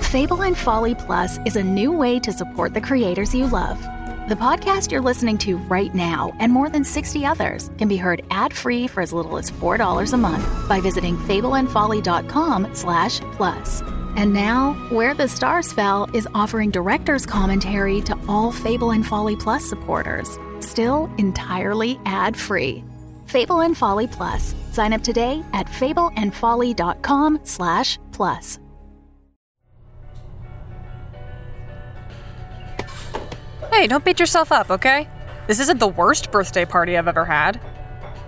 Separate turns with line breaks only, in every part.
Fable and Folly Plus is a new way to support the creators you love. The podcast you're listening to right now and more than 60 others can be heard ad-free for as little as $4 a month by visiting fableandfolly.com slash plus. And now, Where the Stars Fell is offering director's commentary to all Fable and Folly Plus supporters, still entirely ad-free. Fable and Folly Plus. Sign up today at fableandfolly.com slash plus.
Hey, don't beat yourself up, okay? This isn't the worst birthday party I've ever had.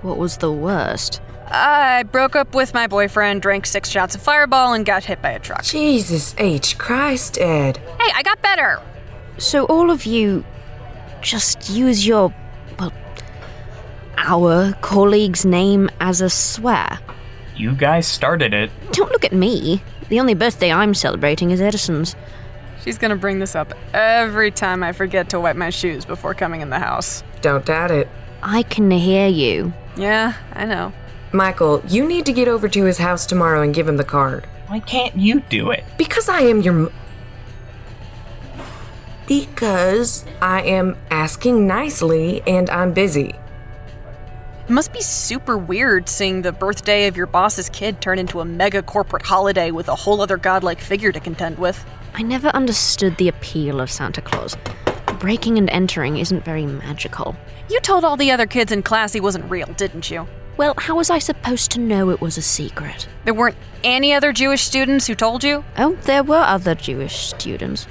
What was the worst?
I broke up with my boyfriend, drank six shots of Fireball, and got hit by a truck. Hey,
Jesus H. Christ, Ed.
I got better!
So all of you just use your well our colleague's name as a swear.
You guys started it.
Don't look at me. The only birthday I'm celebrating is Edison's.
She's gonna bring this up every time I forget to wipe my shoes before coming in the house.
Don't doubt it.
I can hear you.
Yeah, I know.
Michael, you need to get over to his house tomorrow and give him the card.
Why can't you do it?
Because I am your. M- because I am asking nicely and I'm busy.
It must be super weird seeing the birthday of your boss's kid turn into a mega corporate holiday with a whole other godlike figure to contend with.
I never understood the appeal of Santa Claus. Breaking and entering isn't very magical.
You told all the other kids in class he wasn't real, didn't you?
Well, how was I supposed to know it was a secret?
There weren't any other Jewish students who told you?
Oh, there were other Jewish students.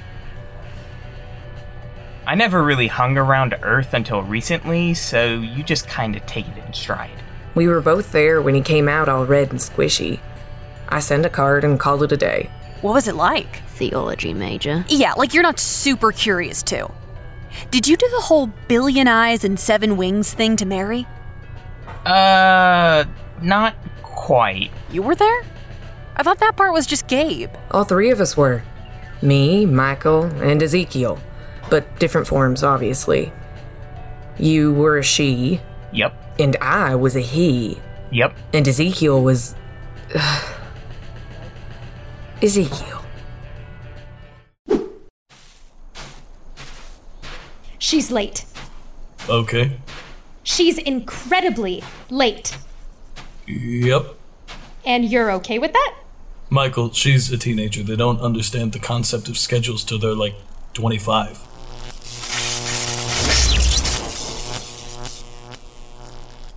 I never really hung around Earth until recently, so you just kinda take it in stride.
We were both there when he came out all red and squishy. I send a card and call it a day.
What was it like?
Theology major.
Yeah, like you're not super curious too. Did you do the whole billion eyes and seven wings thing to Mary?
Uh, not quite.
You were there? I thought that part was just Gabe.
All three of us were me, Michael, and Ezekiel, but different forms, obviously. You were a she,
Yep,
and I was a he,
yep.
and Ezekiel was. Ezekiel.
She's late.
Okay.
She's incredibly late.
Yep.
And you're okay with that?
Michael, she's a teenager. They don't understand the concept of schedules till they're like 25.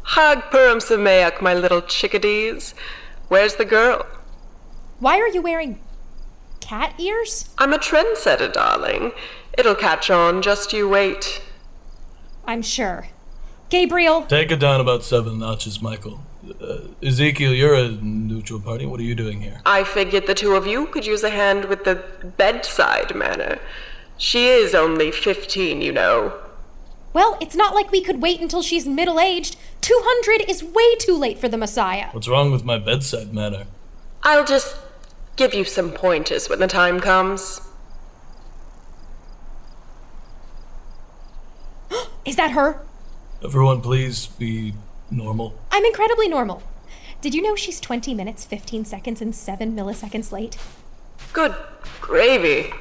Hag Purim Sameach, my little chickadees. Where's the girl?
Why are you wearing cat ears?
I'm a trendsetter, darling. It'll catch on, just you wait.
I'm sure. Gabriel,
Take it down about seven notches, Michael. Uh, Ezekiel, you're a neutral party. What are you doing here?
I figured the two of you could use a hand with the bedside manner. She is only 15, you know.
well, it's not like we could wait until she's middle aged. 200 is way too late for the Messiah.
What's wrong with my bedside manner?
I'll just give you some pointers when the time comes.
Is that her?
Everyone, please be normal.
I'm incredibly normal. Did you know she's 20 minutes, 15 seconds, and 7 milliseconds late?
Good gravy.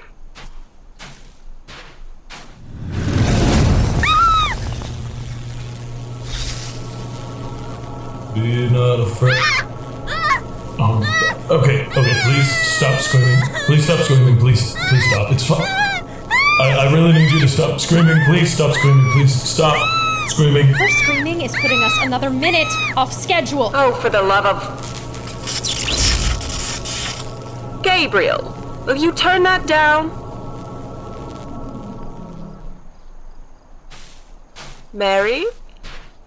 Be not afraid. Um, okay, okay, please stop screaming. Please stop screaming. Please, please stop. It's fine. I, I really need you to stop screaming. Please stop screaming. Please stop screaming.
Her screaming is putting us another minute off schedule.
Oh, for the love of. Gabriel, will you turn that down? Mary?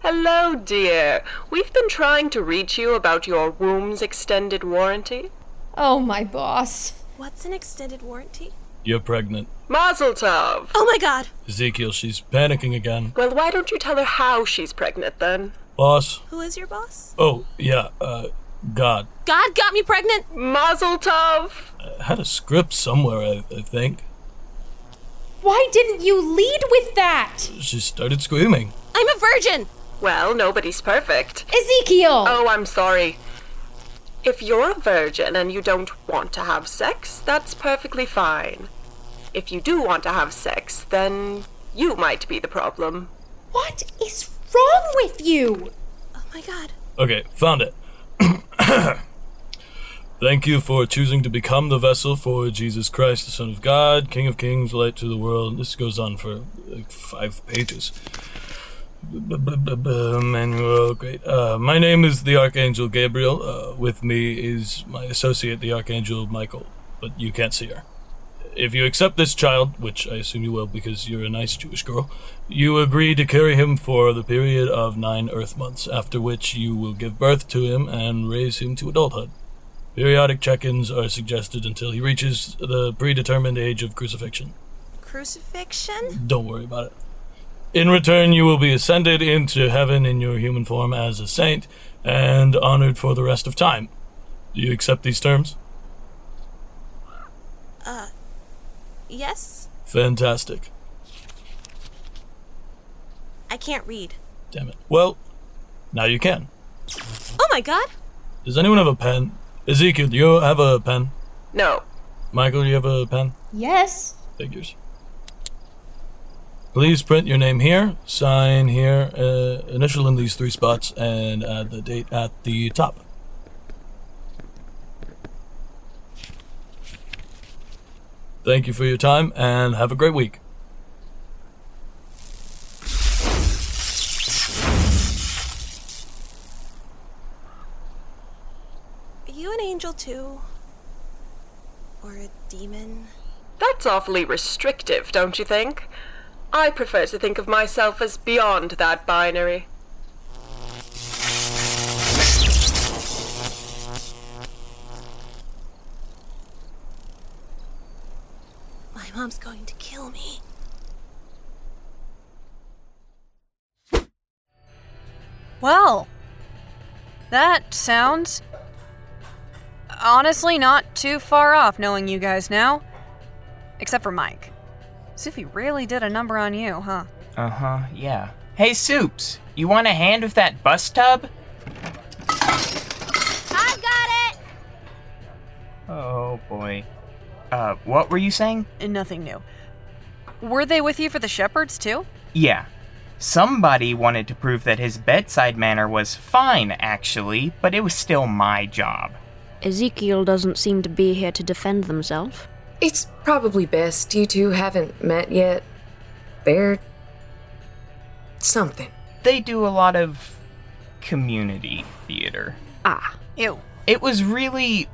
Hello, dear. We've been trying to reach you about your room's extended warranty.
Oh, my boss.
What's an extended warranty?
You're pregnant.
Mazel tov.
Oh my god!
Ezekiel, she's panicking again.
Well, why don't you tell her how she's pregnant then?
Boss?
Who is your boss?
Oh, yeah, uh, God.
God got me pregnant!
Mazel tov.
I had a script somewhere, I, I think.
Why didn't you lead with that?
She started screaming.
I'm a virgin!
Well, nobody's perfect.
Ezekiel!
Oh, I'm sorry. If you're a virgin and you don't want to have sex, that's perfectly fine. If you do want to have sex, then you might be the problem.
What is wrong with you?
Oh my god.
Okay, found it. Thank you for choosing to become the vessel for Jesus Christ, the Son of God, King of Kings, light to the world. This goes on for like five pages. Manuel, great. Uh, my name is the Archangel Gabriel. Uh, with me is my associate, the Archangel Michael, but you can't see her. If you accept this child, which I assume you will because you're a nice Jewish girl, you agree to carry him for the period of nine Earth months, after which you will give birth to him and raise him to adulthood. Periodic check ins are suggested until he reaches the predetermined age of crucifixion.
Crucifixion?
Don't worry about it. In return, you will be ascended into heaven in your human form as a saint and honored for the rest of time. Do you accept these terms?
Yes?
Fantastic.
I can't read.
Damn it. Well, now you can.
Oh my god!
Does anyone have a pen? Ezekiel, do you have a pen?
No.
Michael, do you have a pen?
Yes.
Figures. Please print your name here, sign here, uh, initial in these three spots, and add the date at the top. Thank you for your time and have a great week.
Are you an angel too? Or a demon?
That's awfully restrictive, don't you think? I prefer to think of myself as beyond that binary.
My mom's going to kill me.
Well, that sounds honestly not too far off knowing you guys now. Except for Mike. Sufi really did a number on you, huh?
Uh huh, yeah. Hey, Soups, you want a hand with that bus tub?
I got it!
Oh boy. Uh, what were you saying?
Nothing new. Were they with you for the shepherds too?
Yeah. Somebody wanted to prove that his bedside manner was fine, actually, but it was still my job.
Ezekiel doesn't seem to be here to defend themselves.
It's probably best you two haven't met yet. They're. something.
They do a lot of community theater.
Ah,
Ew.
It was really.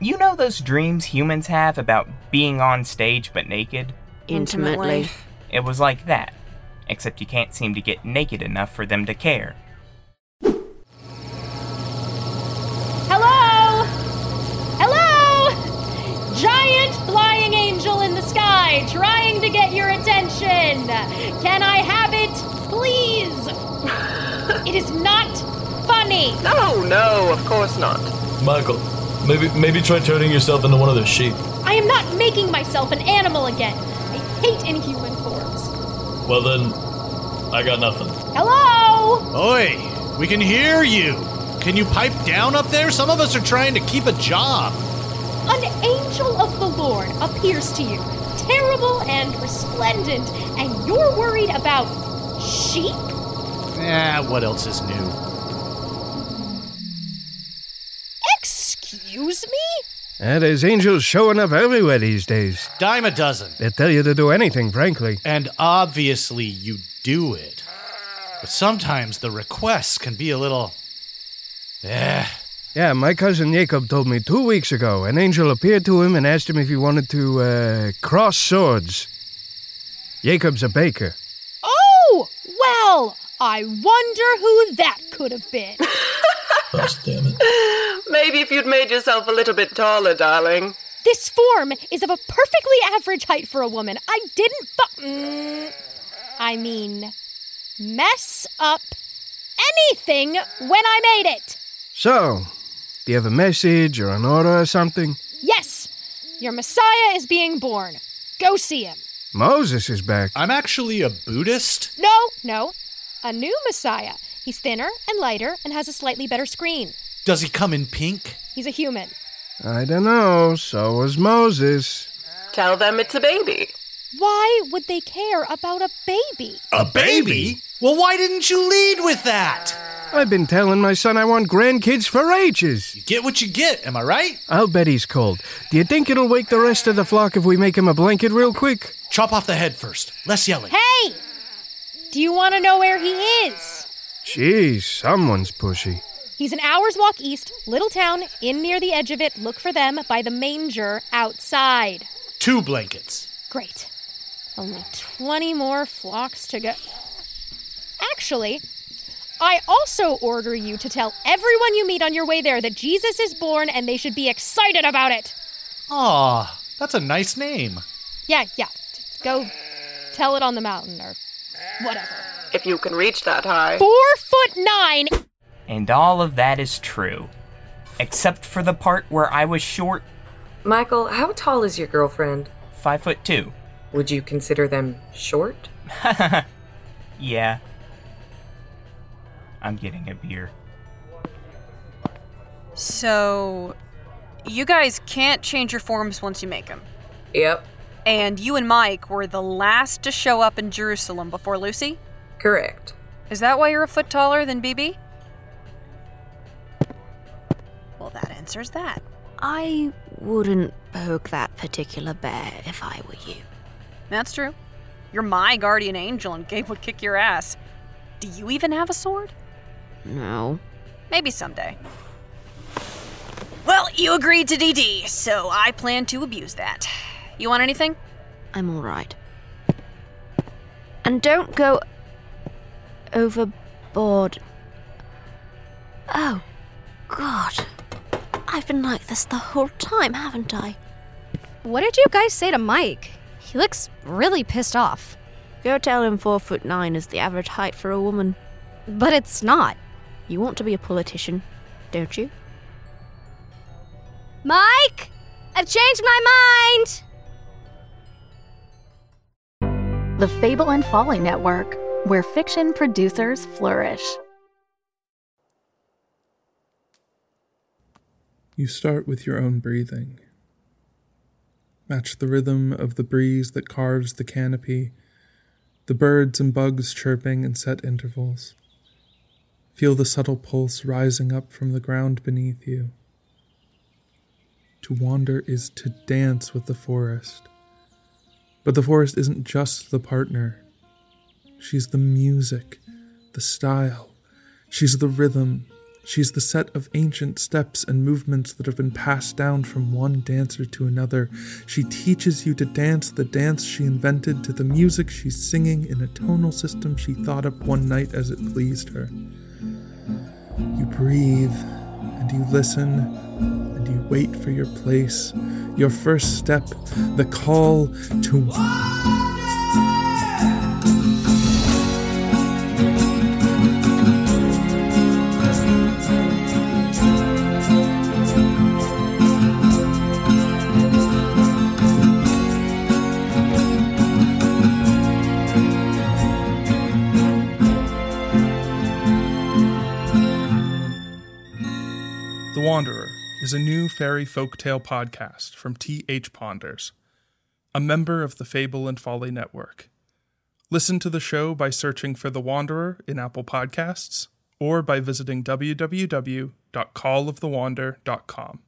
You know those dreams humans have about being on stage but naked?
intimately.
Intimately.
It was like that, except you can't seem to get naked enough for them to care.
Hello! Hello! Giant flying angel in the sky trying to get your attention! Can I have it, please? it is not funny!
No, no, of course not.
Michael, maybe maybe try turning yourself into one of those sheep.
I am not making myself an animal again. I hate inhuman forms.
Well then, I got nothing.
Hello!
Oi, we can hear you. Can you pipe down up there? Some of us are trying to keep a job.
An angel of the Lord appears to you, terrible and resplendent, and you're worried about sheep?
Eh, what else is new?
Excuse me?
And Eh, there's angels showing up everywhere these days.
Dime a dozen.
They tell you to do anything, frankly.
And obviously you do it. But sometimes the requests can be a little. Eh.
Yeah, my cousin Jacob told me two weeks ago an angel appeared to him and asked him if he wanted to uh, cross swords. Jacob's a baker.
Oh, well, I wonder who that could have been.
Gosh damn it.
Maybe if you'd made yourself a little bit taller, darling.
This form is of a perfectly average height for a woman. I didn't fu- Mm. I mean, mess up anything when I made it.
So, do you have a message or an order or something?
Yes, your Messiah is being born. Go see him.
Moses is back.
I'm actually a Buddhist.
No, no, a new Messiah. He's thinner and lighter and has a slightly better screen.
Does he come in pink?
He's a human.
I don't know. So was Moses.
Tell them it's a baby.
Why would they care about a baby?
A baby? Well, why didn't you lead with that?
I've been telling my son I want grandkids for ages. You
get what you get, am I right?
I'll bet he's cold. Do you think it'll wake the rest of the flock if we make him a blanket real quick?
Chop off the head first. Less yelling.
Hey! Do you want to know where he is?
Jeez, someone's pushy.
He's an hour's walk east, little town, in near the edge of it. Look for them by the manger outside.
Two blankets.
Great. Only 20 more flocks to go. Actually, I also order you to tell everyone you meet on your way there that Jesus is born and they should be excited about it.
Aw, that's a nice name.
Yeah, yeah. Go tell it on the mountain or whatever.
If you can reach that high.
Four foot nine.
And all of that is true. Except for the part where I was short
Michael, how tall is your girlfriend?
Five foot two.
Would you consider them short?
Yeah. I'm getting a beer.
So, you guys can't change your forms once you make them.
Yep,
And you and Mike were the last to show up in Jerusalem before Lucy?
correct.
Is that why you're a foot taller than BB? Well, that answers that.
I wouldn't poke that particular bear if I were you.
That's true. You're my guardian angel, and Gabe would kick your ass. Do you even have a sword?
No.
Maybe someday. Well, you agreed to DD, so I plan to abuse that. You want anything?
I'm alright. And don't go overboard. Oh, God. I've been like this the whole time, haven't I?
What did you guys say to Mike? He looks really pissed off.
Go tell him four foot nine is the average height for a woman.
But it's not.
You want to be a politician, don't you?
Mike! I've changed my mind!
The Fable and Folly Network, where fiction producers flourish.
You start with your own breathing. Match the rhythm of the breeze that carves the canopy, the birds and bugs chirping in set intervals. Feel the subtle pulse rising up from the ground beneath you. To wander is to dance with the forest. But the forest isn't just the partner. She's the music, the style, she's the rhythm, she's the set of ancient steps and movements that have been passed down from one dancer to another. She teaches you to dance the dance she invented to the music she's singing in a tonal system she thought up one night as it pleased her. You breathe, and you listen, and you wait for your place, your first step, the call to. The Wanderer is a new fairy folktale podcast from T.H. Ponders, a member of the Fable and Folly Network. Listen to the show by searching for The Wanderer in Apple Podcasts or by visiting www.callofthewander.com.